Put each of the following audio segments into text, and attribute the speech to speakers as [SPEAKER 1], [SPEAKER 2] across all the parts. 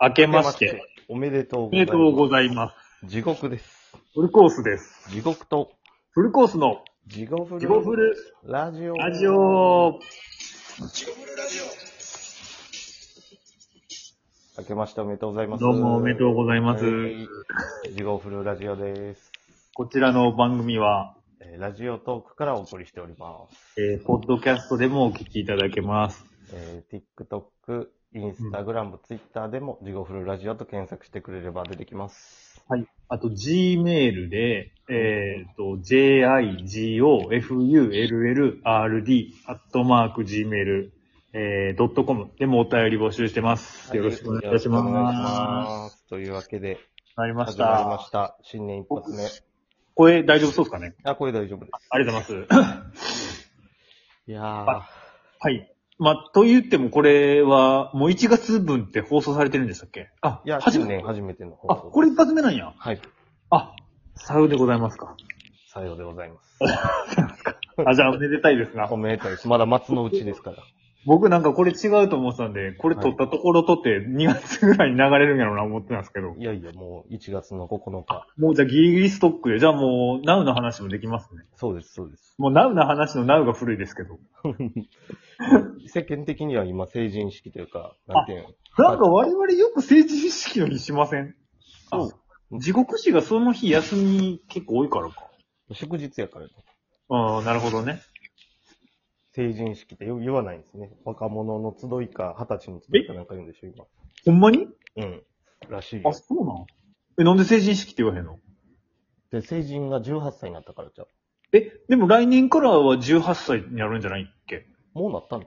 [SPEAKER 1] 明けまして、
[SPEAKER 2] おめでとう
[SPEAKER 1] おめでとうご
[SPEAKER 2] い
[SPEAKER 1] ざいます。
[SPEAKER 2] ます。地獄です。
[SPEAKER 1] フルコースです。
[SPEAKER 2] 地獄と、
[SPEAKER 1] フルコースの
[SPEAKER 2] 地獄
[SPEAKER 1] ジゴフル
[SPEAKER 2] ラジオ。
[SPEAKER 1] ラジオ。
[SPEAKER 2] 明けましておめでとうございます。
[SPEAKER 1] どうもおめでとうございます
[SPEAKER 2] はい地獄フルラジオです。
[SPEAKER 1] こちらの番組は、
[SPEAKER 2] えーラジオトークからお送りしております。
[SPEAKER 1] えー、ポッドキャストでもお聞きいただけます。
[SPEAKER 2] えー TikTok、Instagram、Twitter でも地獄フルラジオと検索してくれれば出てきます。
[SPEAKER 1] はい。あと、Gmail で、えっ、と、jigofullrd、アットマーク gmail、えー、.com でもお便り募集してます。よろしくお願いいたします。
[SPEAKER 2] よろくお願いし
[SPEAKER 1] わ
[SPEAKER 2] ます。というわけで、
[SPEAKER 1] かりまし
[SPEAKER 2] 始まりま
[SPEAKER 1] た
[SPEAKER 2] し。た。新年一発目。
[SPEAKER 1] 声大丈夫そうですかね
[SPEAKER 2] あ、これ大丈夫です。
[SPEAKER 1] ありがとうございます。
[SPEAKER 2] いやー。
[SPEAKER 1] はい。まあ、と言ってもこれは、もう1月分って放送されてるんでしたっけあ、
[SPEAKER 2] いや、
[SPEAKER 1] 初
[SPEAKER 2] 新
[SPEAKER 1] め
[SPEAKER 2] 年初めての放
[SPEAKER 1] あ、
[SPEAKER 2] 送。
[SPEAKER 1] これ一発目なんや。
[SPEAKER 2] はい。
[SPEAKER 1] あ、さようでございますか。
[SPEAKER 2] さようでございます。
[SPEAKER 1] あ、じゃあ、おめでたいですな
[SPEAKER 2] お。めでたいです。まだ松の内ですから。
[SPEAKER 1] 僕なんかこれ違うと思ってたんで、これ撮ったところ撮って2月ぐらいに流れるんやろうな思ってたんですけど
[SPEAKER 2] い。やいや、もう1月の9日。
[SPEAKER 1] もうじゃあギリギリストックで、じゃあもう、ナウの話もできますね。
[SPEAKER 2] そうです、そうです。
[SPEAKER 1] もうナウの話のナウが古いですけど。
[SPEAKER 2] 世間的には今、成人式というか、なんていうの
[SPEAKER 1] なんか我々よく政治意識の日しません
[SPEAKER 2] そう
[SPEAKER 1] あ地獄死がその日休み結構多いからか。
[SPEAKER 2] 祝日やからね。
[SPEAKER 1] うん、なるほどね。
[SPEAKER 2] 成人式ってよ言わないんですね。若者の集いか、二十歳の集いかなんか言うんでしょ、今。
[SPEAKER 1] ほんまに
[SPEAKER 2] うん。らしいよ
[SPEAKER 1] あ、。そうなんえ、なんで成人式って言わへんの
[SPEAKER 2] で、成人が18歳になったからじゃう
[SPEAKER 1] え、でも来年からは18歳になるんじゃないっけ
[SPEAKER 2] もうなったんじ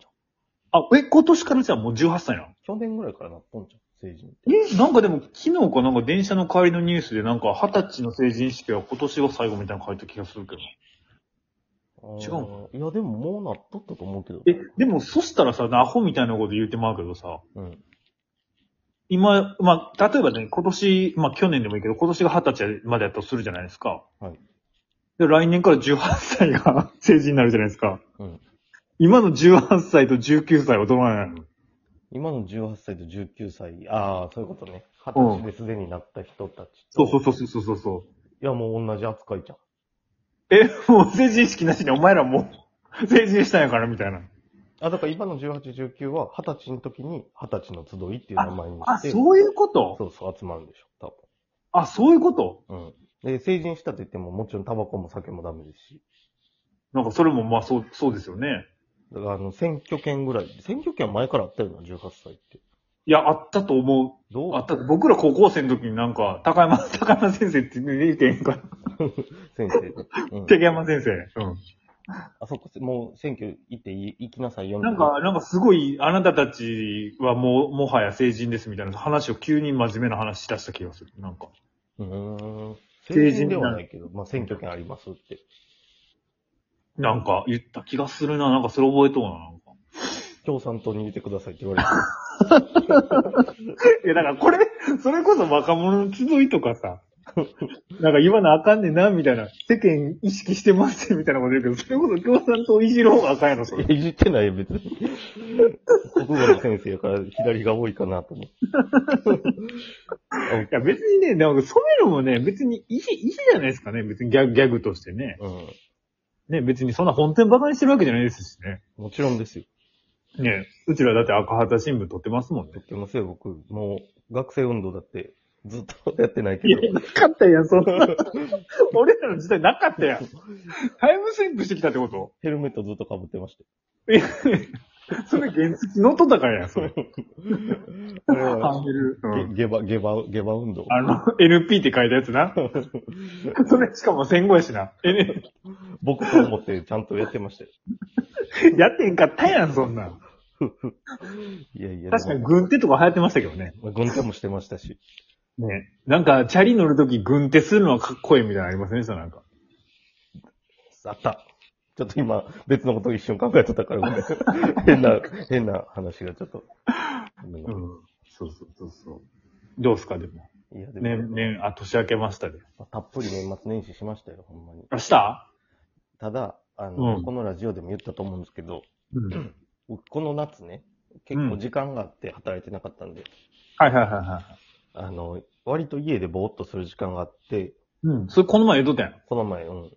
[SPEAKER 2] ゃん。
[SPEAKER 1] あ、え、今年からじゃあもう18歳なの
[SPEAKER 2] 去年ぐらいからなったんじゃん、成人。
[SPEAKER 1] え、なんかでも昨日かなんか電車の帰りのニュースでなんか二十歳の成人式は今年が最後みたいなの書いた気がするけど。違うの
[SPEAKER 2] ういや、でももうなっとったと思うけど。
[SPEAKER 1] え、でもそしたらさ、アホみたいなこと言うてまうけどさ、
[SPEAKER 2] うん。
[SPEAKER 1] 今、まあ、例えばね、今年、まあ去年でもいいけど、今年が二十歳までやったとするじゃないですか。
[SPEAKER 2] はい。
[SPEAKER 1] で、来年から18歳が 成人になるじゃないですか。
[SPEAKER 2] うん。
[SPEAKER 1] 今の18歳と19歳はどうなの
[SPEAKER 2] 今の18歳と19歳、ああ、そういうことね。20歳ですでになった人たちと、
[SPEAKER 1] そうそうそうそうそうそう。
[SPEAKER 2] いや、もう同じ扱いじゃん。
[SPEAKER 1] え、もう成人式なしにお前らもう 成人したんやからみたいな。
[SPEAKER 2] あ、だから今の18、19は20歳の時に20歳の集いっていう名前に
[SPEAKER 1] あ、
[SPEAKER 2] して、
[SPEAKER 1] そういうこと
[SPEAKER 2] そうそう集まるんでしょ、
[SPEAKER 1] あ、そういうこと
[SPEAKER 2] 多分。うん。で、成人したと言っても、もちろんタバコも酒もダメですし。
[SPEAKER 1] なんかそれもまあそう、そうですよね。
[SPEAKER 2] だから、あの、選挙権ぐらい。選挙権は前からあったよな、18歳って。
[SPEAKER 1] いや、あったと思
[SPEAKER 2] ど
[SPEAKER 1] う。
[SPEAKER 2] う
[SPEAKER 1] あった。僕ら高校生の時になんか、高山、 高山先生って言ってんか。
[SPEAKER 2] 先生で。うん。
[SPEAKER 1] 高山先生。
[SPEAKER 2] あ、そっか、もう選挙行ってい行きなさいよ、
[SPEAKER 1] う
[SPEAKER 2] み
[SPEAKER 1] ん。
[SPEAKER 2] たい
[SPEAKER 1] なんか、なんかすごい、あなたたちはもう、もはや成人ですみたいな話を急に真面目な話し出した気がする。なんか。
[SPEAKER 2] うーん。
[SPEAKER 1] 成人
[SPEAKER 2] 成人
[SPEAKER 1] で
[SPEAKER 2] で
[SPEAKER 1] は
[SPEAKER 2] は
[SPEAKER 1] な
[SPEAKER 2] ないけど、まあ、選挙権ありますって。
[SPEAKER 1] なんか言った気がするな。なんかそれ覚えとうな。なんか。
[SPEAKER 2] 共産党に入れてくださいって言われて。
[SPEAKER 1] いや、だからこれ、それこそ若者の集いとかさ、 なんか今のあかんねんな、みたいな、世間意識してますみたいなこと言うけど、それこそ共産党いじる方があかんやろ、それ。
[SPEAKER 2] いやいじってないよ、別に。国語の先生やから左が多いかなと思って。
[SPEAKER 1] いや、別にね、なんかそういうのもね、別にいい、いいじゃないですかね、別にギャグギャグとしてね。
[SPEAKER 2] うん。
[SPEAKER 1] ね、別にそんな本店バカにしてるわけじゃないですしね。
[SPEAKER 2] もちろんですよ。
[SPEAKER 1] ね、うちらだって赤旗新聞撮ってますもんね
[SPEAKER 2] と。ってもせよ、僕、もう、学生運動だって、ずっとやってないけ
[SPEAKER 1] い
[SPEAKER 2] ど。
[SPEAKER 1] や、なかったやん、そんな。 俺らの時代なかったやん。タイムスリップしてきたってこと
[SPEAKER 2] ヘルメットずっと被ってましたよ。
[SPEAKER 1] え、それ原付乗っとったからやん、それ。
[SPEAKER 2] あれ
[SPEAKER 1] ハン
[SPEAKER 2] は、
[SPEAKER 1] ドル。うん
[SPEAKER 2] げ下馬、下馬、下馬運動。
[SPEAKER 1] あの、NP って書いたやつ な。それしかも戦後やしな。え、ね、
[SPEAKER 2] 僕と思ってちゃんとやってましたよ。
[SPEAKER 1] やってんかったやん、そんなん。
[SPEAKER 2] いやいや、
[SPEAKER 1] 確かに
[SPEAKER 2] で
[SPEAKER 1] 軍手とか流行ってましたけどね。
[SPEAKER 2] も、軍手もしてましたし。
[SPEAKER 1] ね。なんか、チャリ乗るとき軍手するのはかっこいいみたいなのありませんでしたなんか。
[SPEAKER 2] あった。ちょっと今、別のことを一瞬考えとったから、ごめん変な、変な話がちょっと。ごめんなさい。
[SPEAKER 1] そうそうそうそう。どうすか、でも。
[SPEAKER 2] いや、でも、
[SPEAKER 1] ね、ね、あ、年明けましたで。
[SPEAKER 2] まあたっぷり年末年始しましたよ、ほんまに。
[SPEAKER 1] あ、した
[SPEAKER 2] ただ、あの、
[SPEAKER 1] うん
[SPEAKER 2] このラジオでも言ったと思うんですけど、
[SPEAKER 1] うん。
[SPEAKER 2] 僕この夏ね、結構時間があって働いてなかったんで、
[SPEAKER 1] はいはいはいはい。
[SPEAKER 2] あの、割と家でぼーっとする時間があって、
[SPEAKER 1] うん。それこの前言うとったやん。
[SPEAKER 2] この前、うん。
[SPEAKER 1] ん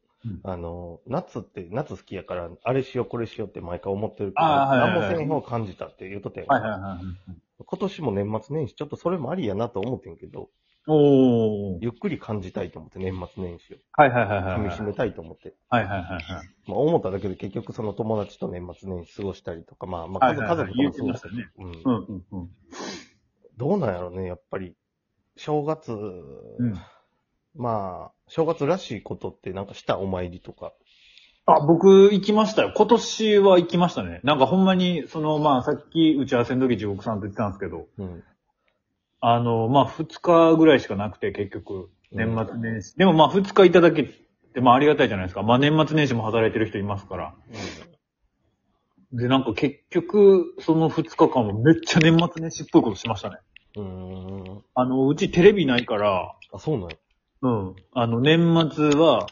[SPEAKER 2] あの、夏って、夏好きやから、あれしよう、これしようって毎回思ってるけど、
[SPEAKER 1] あーはいはいはい
[SPEAKER 2] 何もせん方を感じたって言うとったやん、
[SPEAKER 1] はいはいはい。
[SPEAKER 2] 今年も年末年始、ちょっとそれもありやなと思ってんけど、
[SPEAKER 1] おー。
[SPEAKER 2] ゆっくり感じたいと思って、年末年始を。
[SPEAKER 1] はいはいはいはい。
[SPEAKER 2] 噛み締めたいと思って。
[SPEAKER 1] はいはいはいはい。
[SPEAKER 2] まあ、思っただけで結局その友達と年末年始過ごしたりとか、まあ、まあ、
[SPEAKER 1] はい
[SPEAKER 2] 家
[SPEAKER 1] はい
[SPEAKER 2] 族
[SPEAKER 1] はい
[SPEAKER 2] 家族と
[SPEAKER 1] 言う
[SPEAKER 2] も
[SPEAKER 1] て
[SPEAKER 2] そう
[SPEAKER 1] ま
[SPEAKER 2] だ
[SPEAKER 1] し
[SPEAKER 2] け
[SPEAKER 1] たね。
[SPEAKER 2] ど、うん
[SPEAKER 1] う。んうんうん。
[SPEAKER 2] どうなんやろね、やっぱり。正月、
[SPEAKER 1] うん
[SPEAKER 2] まあ、正月らしいことってなんかしたお参りとか。
[SPEAKER 1] あ、僕行きましたよ。今年は行きましたね。なんかほんまに、そのまあさっき打ち合わせの時地獄さんと言ってたんですけど、
[SPEAKER 2] うん。
[SPEAKER 1] あの、まあ2日ぐらいしかなくて結局、年末年始。でもまあ2日いただけて、まあありがたいじゃないですか。まあ年末年始も働いてる人いますから。で、なんか結局、その2日間はめっちゃ年末年始っぽいことしましたね。
[SPEAKER 2] うん。うーん
[SPEAKER 1] あの、うちテレビないから、
[SPEAKER 2] あ、そうなんや。
[SPEAKER 1] うん。あの、年末は、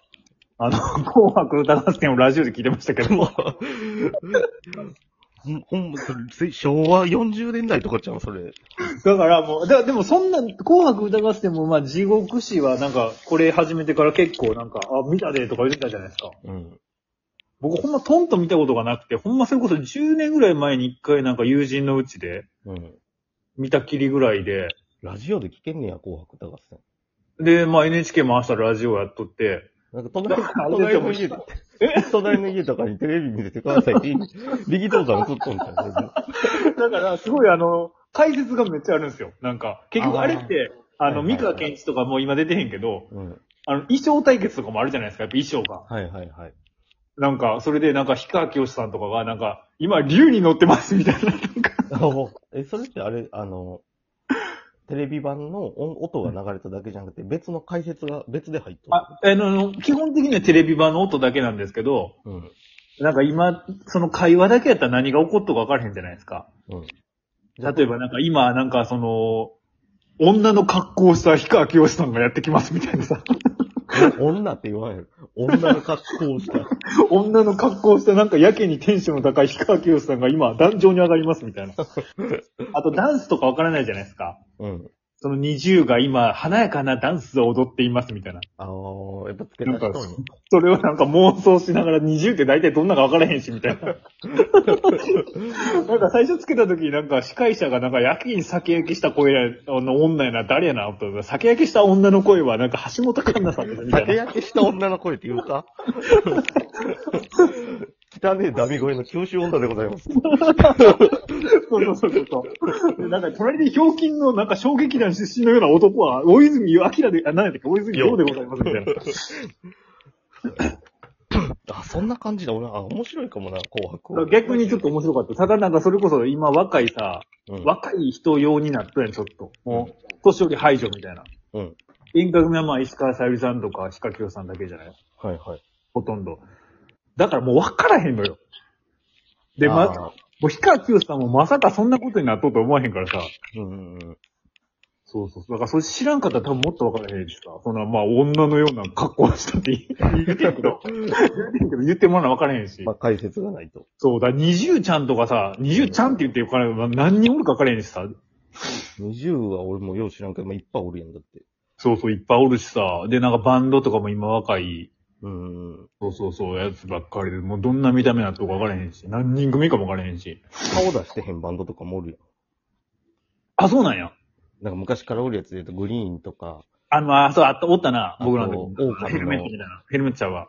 [SPEAKER 1] あの、 紅白歌合戦をラジオで聞いてましたけど、
[SPEAKER 2] ほんま、それ昭和40年代とかじゃん、それ。
[SPEAKER 1] だからもう、だでもそんな、紅白歌合戦も、まあ、地獄史はなんか、これ始めてから結構なんか、あ、見たでとか言ってたじゃないですか。
[SPEAKER 2] うん。
[SPEAKER 1] 僕ほんまトンと見たことがなくて、ほんまそれこそ10年ぐらい前に一回なんか友人のうちで、
[SPEAKER 2] うん。
[SPEAKER 1] 見たきりぐらいで、
[SPEAKER 2] ラジオで聞けんねや、紅白歌合戦。
[SPEAKER 1] で、まあ NHK 回したらラジオやっとって、
[SPEAKER 2] なんか隣
[SPEAKER 1] あ
[SPEAKER 2] の、
[SPEAKER 1] れ
[SPEAKER 2] 隣の
[SPEAKER 1] 面白
[SPEAKER 2] 家
[SPEAKER 1] い
[SPEAKER 2] とか、 隣の家とかにテレビ見せてくださいって、力道山映っとんじゃんそれで。
[SPEAKER 1] だからすごいあの、解説がめっちゃあるんですよ。なんか、結局
[SPEAKER 2] あ
[SPEAKER 1] あれって、あの、
[SPEAKER 2] はいはい
[SPEAKER 1] 三
[SPEAKER 2] はい
[SPEAKER 1] 河健一とかもう今出てへんけど、
[SPEAKER 2] うん。
[SPEAKER 1] あの、衣装対決とかもあるじゃないですか、やっぱ衣装が。
[SPEAKER 2] はいはいはい。
[SPEAKER 1] なんか、それでなんか、氷川きよしさんとかが、なんか、今、竜に乗ってます、みたいな。なんか
[SPEAKER 2] あお え、それってあれ、あの、テレビ版の音音が流れただけじゃなくて、別の解説が別で入っとる。
[SPEAKER 1] あ、あの、基本的にはテレビ版の音だけなんですけど、
[SPEAKER 2] うん。
[SPEAKER 1] なんか今、その会話だけやったら何が起こったか分からへんじゃないですか。
[SPEAKER 2] うん。
[SPEAKER 1] 例えばなんか今、なんかその、女の格好をした氷川きよしさんがやってきますみたいなさ、
[SPEAKER 2] 女って言わへん。女の格好をした。
[SPEAKER 1] 女の格好をしたなんかやけにテンションの高い氷川きよしさんが今、壇上に上がりますみたいな。あとダンスとか分からないじゃないですか。
[SPEAKER 2] うん。
[SPEAKER 1] その20が今、華やかなダンスを踊っていますみたいな。
[SPEAKER 2] あのやっぱつけた
[SPEAKER 1] な
[SPEAKER 2] 人
[SPEAKER 1] ん
[SPEAKER 2] に。
[SPEAKER 1] それをなんか妄想しながら20って大体どんなか分からへんし、みたい な。なんか最初つけた時になんか司会者がなんかやけに酒焼けした声や、あの女やな、誰やな、と思ったら酒焼けした女の声はなんか橋本環奈さんですみたい
[SPEAKER 2] 酒
[SPEAKER 1] な。
[SPEAKER 2] 焼けした女の声って言うか汚ねえダミ声の九州女でございます。
[SPEAKER 1] そうそうそうそう。でなんか隣でひょうきんのなんか小劇団出身のような男は、大泉明で、あ、何やったっけ、大泉洋でございますみたいな。
[SPEAKER 2] あ、そんな感じだ。俺、あ、面白いかもな、紅白。
[SPEAKER 1] 逆にちょっと面白かった。ただなんかそれこそ今若いさ、
[SPEAKER 2] うん、
[SPEAKER 1] 若い人用になったやん、ちょっと。もう、年寄り排除みたいな。
[SPEAKER 2] うん。
[SPEAKER 1] 遠隔組はまあ石川さゆりさんとか、ヒカキヨさんだけじゃない
[SPEAKER 2] はいはい。
[SPEAKER 1] ほとんど。だからもう分からへんのよ。で、ま、も
[SPEAKER 2] あ
[SPEAKER 1] うヒカキヨさんもまさかそんなことになっとうと思わへんからさ。
[SPEAKER 2] ー、うんうんうん。
[SPEAKER 1] そうそうそう。だからそれ知らんかったら多分もっと分からへんしさ。そんなまあ女のような格好をしたって言う言ってんけど、言ってんけど言ってもらうの分からへんし
[SPEAKER 2] ま。あ、解説がないと。
[SPEAKER 1] そう、だから二重ちゃんとかさ、二重ちゃんって言ってよから、まあ何人おるか分からへんしさ。
[SPEAKER 2] 20は俺もよう知らんけど、まあ、いっぱいおるやんだって。
[SPEAKER 1] そうそう、いっぱいおるしさ。で、なんかバンドとかも今若い、
[SPEAKER 2] うんうん。
[SPEAKER 1] そうそうそう、やつばっかりで、もうどんな見た目なとか分からへんし、何人組かも分からへんし。
[SPEAKER 2] 顔出してへんバンドとかもおるやん。
[SPEAKER 1] あ、そうなんや。
[SPEAKER 2] なんか昔からおるやつで言うと、グリーンとか、
[SPEAKER 1] あの、あ、そう、あった、おったな、
[SPEAKER 2] あ
[SPEAKER 1] 僕らの
[SPEAKER 2] そう
[SPEAKER 1] 時
[SPEAKER 2] 狼の
[SPEAKER 1] ヘルメットみたいな。ヘルメットちゃうわ。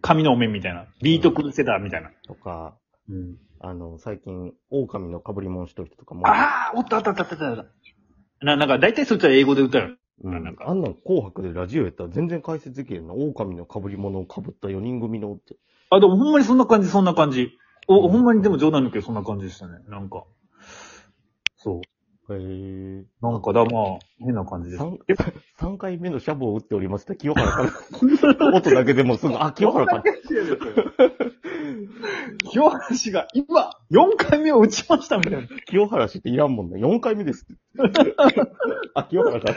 [SPEAKER 1] 髪のお面みたいな。ビートクルセダーみたいな。
[SPEAKER 2] とか、
[SPEAKER 1] うん。
[SPEAKER 2] あの、最近、狼の被り物しとる人とかもおるやん
[SPEAKER 1] ああ、おったおったおったおったおった。な、なんか、大体そっちは英語で歌う
[SPEAKER 2] う
[SPEAKER 1] なん
[SPEAKER 2] ん、
[SPEAKER 1] か
[SPEAKER 2] あんなん紅白でラジオやったら全然解説できるな。狼の被り物を被った4人組のって。
[SPEAKER 1] あ、でもほんまにそんな感じ、そんな感じ。お、ほんまにでも冗談抜けどそんな感じでしたね。なんか。そう。
[SPEAKER 2] へぇ
[SPEAKER 1] なんかだ、まあ、変な感じ です。
[SPEAKER 2] 3, 3回目のシャボを打っておりました、清原から。 音だけでもすぐ、あ、清原から。
[SPEAKER 1] 清原氏が今、4回目を打ちましたみたいな。
[SPEAKER 2] 清原氏っていらんもんね。4回目ですって。 あ、清原から。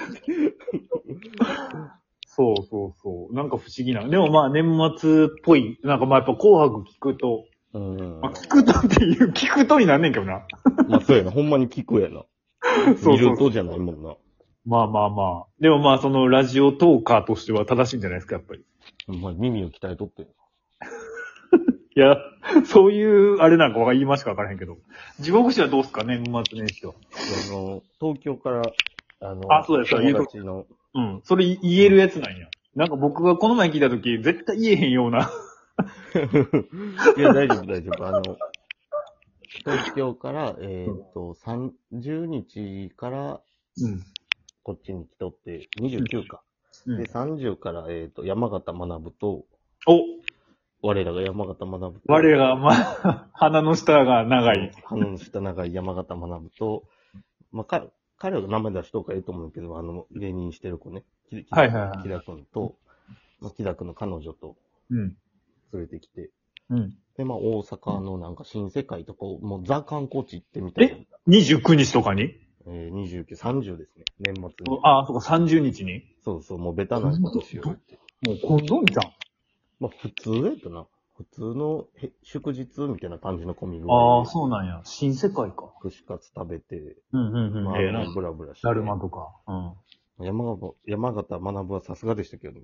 [SPEAKER 1] そうそうそう。なんか不思議な。でもまあ年末っぽい。なんかまあやっぱ紅白聞くと、
[SPEAKER 2] うん
[SPEAKER 1] まあ、聞くとっていう、聞くとになんねんけど な。
[SPEAKER 2] まあ、そうやな。ほんまに聞くやな。
[SPEAKER 1] そう
[SPEAKER 2] 見
[SPEAKER 1] そ
[SPEAKER 2] る
[SPEAKER 1] うそう。
[SPEAKER 2] とじゃないもんな。
[SPEAKER 1] まあまあまあ。でもまあ、その、ラジオトーカーとしては正しいんじゃないですか、やっぱり。
[SPEAKER 2] ほんまに耳を鍛えとって。
[SPEAKER 1] いや、 そういう、あれなんかは言いましかわからへんけど。地獄師はどうすか、年末年始は。
[SPEAKER 2] あの、東京から、あの、
[SPEAKER 1] あそうですそうです
[SPEAKER 2] 友達の、
[SPEAKER 1] うん。それ言言えるやつなんや。なんか僕がこの前聞いたとき、絶対言えへんような。
[SPEAKER 2] いや、大丈夫、大丈夫。あの、東京から、えーっと、30日から
[SPEAKER 1] うん。
[SPEAKER 2] こっちに来とって、29か。
[SPEAKER 1] うん
[SPEAKER 2] で、、30から、えーっと、山形学と、
[SPEAKER 1] お
[SPEAKER 2] 我らが山形学と、
[SPEAKER 1] 我が、まあ、鼻の下が長い。
[SPEAKER 2] 花の下長い山形学と、まあ、か彼は名前出しとうからいいと思うけど、あの、芸人してる子ね。き
[SPEAKER 1] はいはいはい
[SPEAKER 2] きらくんと、まあ、きらくんの彼女と
[SPEAKER 1] うん。
[SPEAKER 2] 連れてきて、
[SPEAKER 1] うん。
[SPEAKER 2] で、まあ、大阪のなんか新世界とかを、もうザ観光地行ってみたいな。
[SPEAKER 1] 29日とかに
[SPEAKER 2] えー、29、30ですね。年末に。
[SPEAKER 1] ああ、そうか、30日に
[SPEAKER 2] そうそう、もうベタなことしようって。
[SPEAKER 1] もう今度みたい
[SPEAKER 2] まあ、普通やったな。普通のへ祝日みたいな感じの込み具合で
[SPEAKER 1] ああ、そうなんや。新世界か。
[SPEAKER 2] 串カツ食べて、
[SPEAKER 1] うんうん
[SPEAKER 2] まあ、
[SPEAKER 1] ええな。
[SPEAKER 2] ブラブラして。
[SPEAKER 1] だるまとか。う
[SPEAKER 2] 山形、山形学はさすがでしたけどね。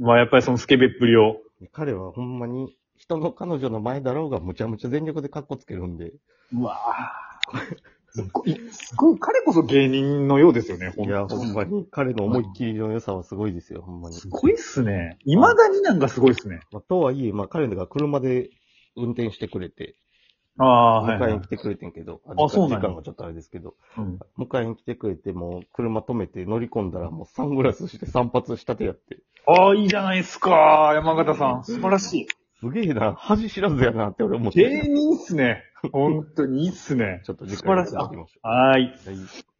[SPEAKER 1] ん。まあやっぱりそのスケベっぷりを。
[SPEAKER 2] 彼はほんまに、人の彼女の前だろうがむちゃむちゃ全力でカッコつけるんで。
[SPEAKER 1] うわぁ。すごい、すごい、彼こそ芸人のようですよね、ほ
[SPEAKER 2] い
[SPEAKER 1] ん
[SPEAKER 2] や、
[SPEAKER 1] と
[SPEAKER 2] ほんまに彼の思いっきりの良さはすごいですよ、ほんまに。
[SPEAKER 1] すごいっすね。未だになんかすごいっすね。
[SPEAKER 2] まあ、とはいえ、まあ、彼らが車で運転してくれて、
[SPEAKER 1] ああ、はい、
[SPEAKER 2] 迎
[SPEAKER 1] は
[SPEAKER 2] え
[SPEAKER 1] い
[SPEAKER 2] に。来てくれてんけど、
[SPEAKER 1] あそうなんや
[SPEAKER 2] 時間がちょっとあれですけど、
[SPEAKER 1] うん
[SPEAKER 2] 迎えに来てくれて、もう車止めて乗り込んだら、もうサングラスして散髪したてやって、
[SPEAKER 1] ああ、いいじゃないですか、山形さん。素晴らしい。
[SPEAKER 2] すげえな、恥知らずやなって俺思って。
[SPEAKER 1] 芸人っすね。ほんとにいいっすね。
[SPEAKER 2] ちょっと時
[SPEAKER 1] 素晴
[SPEAKER 2] 間
[SPEAKER 1] ら
[SPEAKER 2] い
[SPEAKER 1] しい
[SPEAKER 2] ただきましょ
[SPEAKER 1] はーい。
[SPEAKER 2] う。はい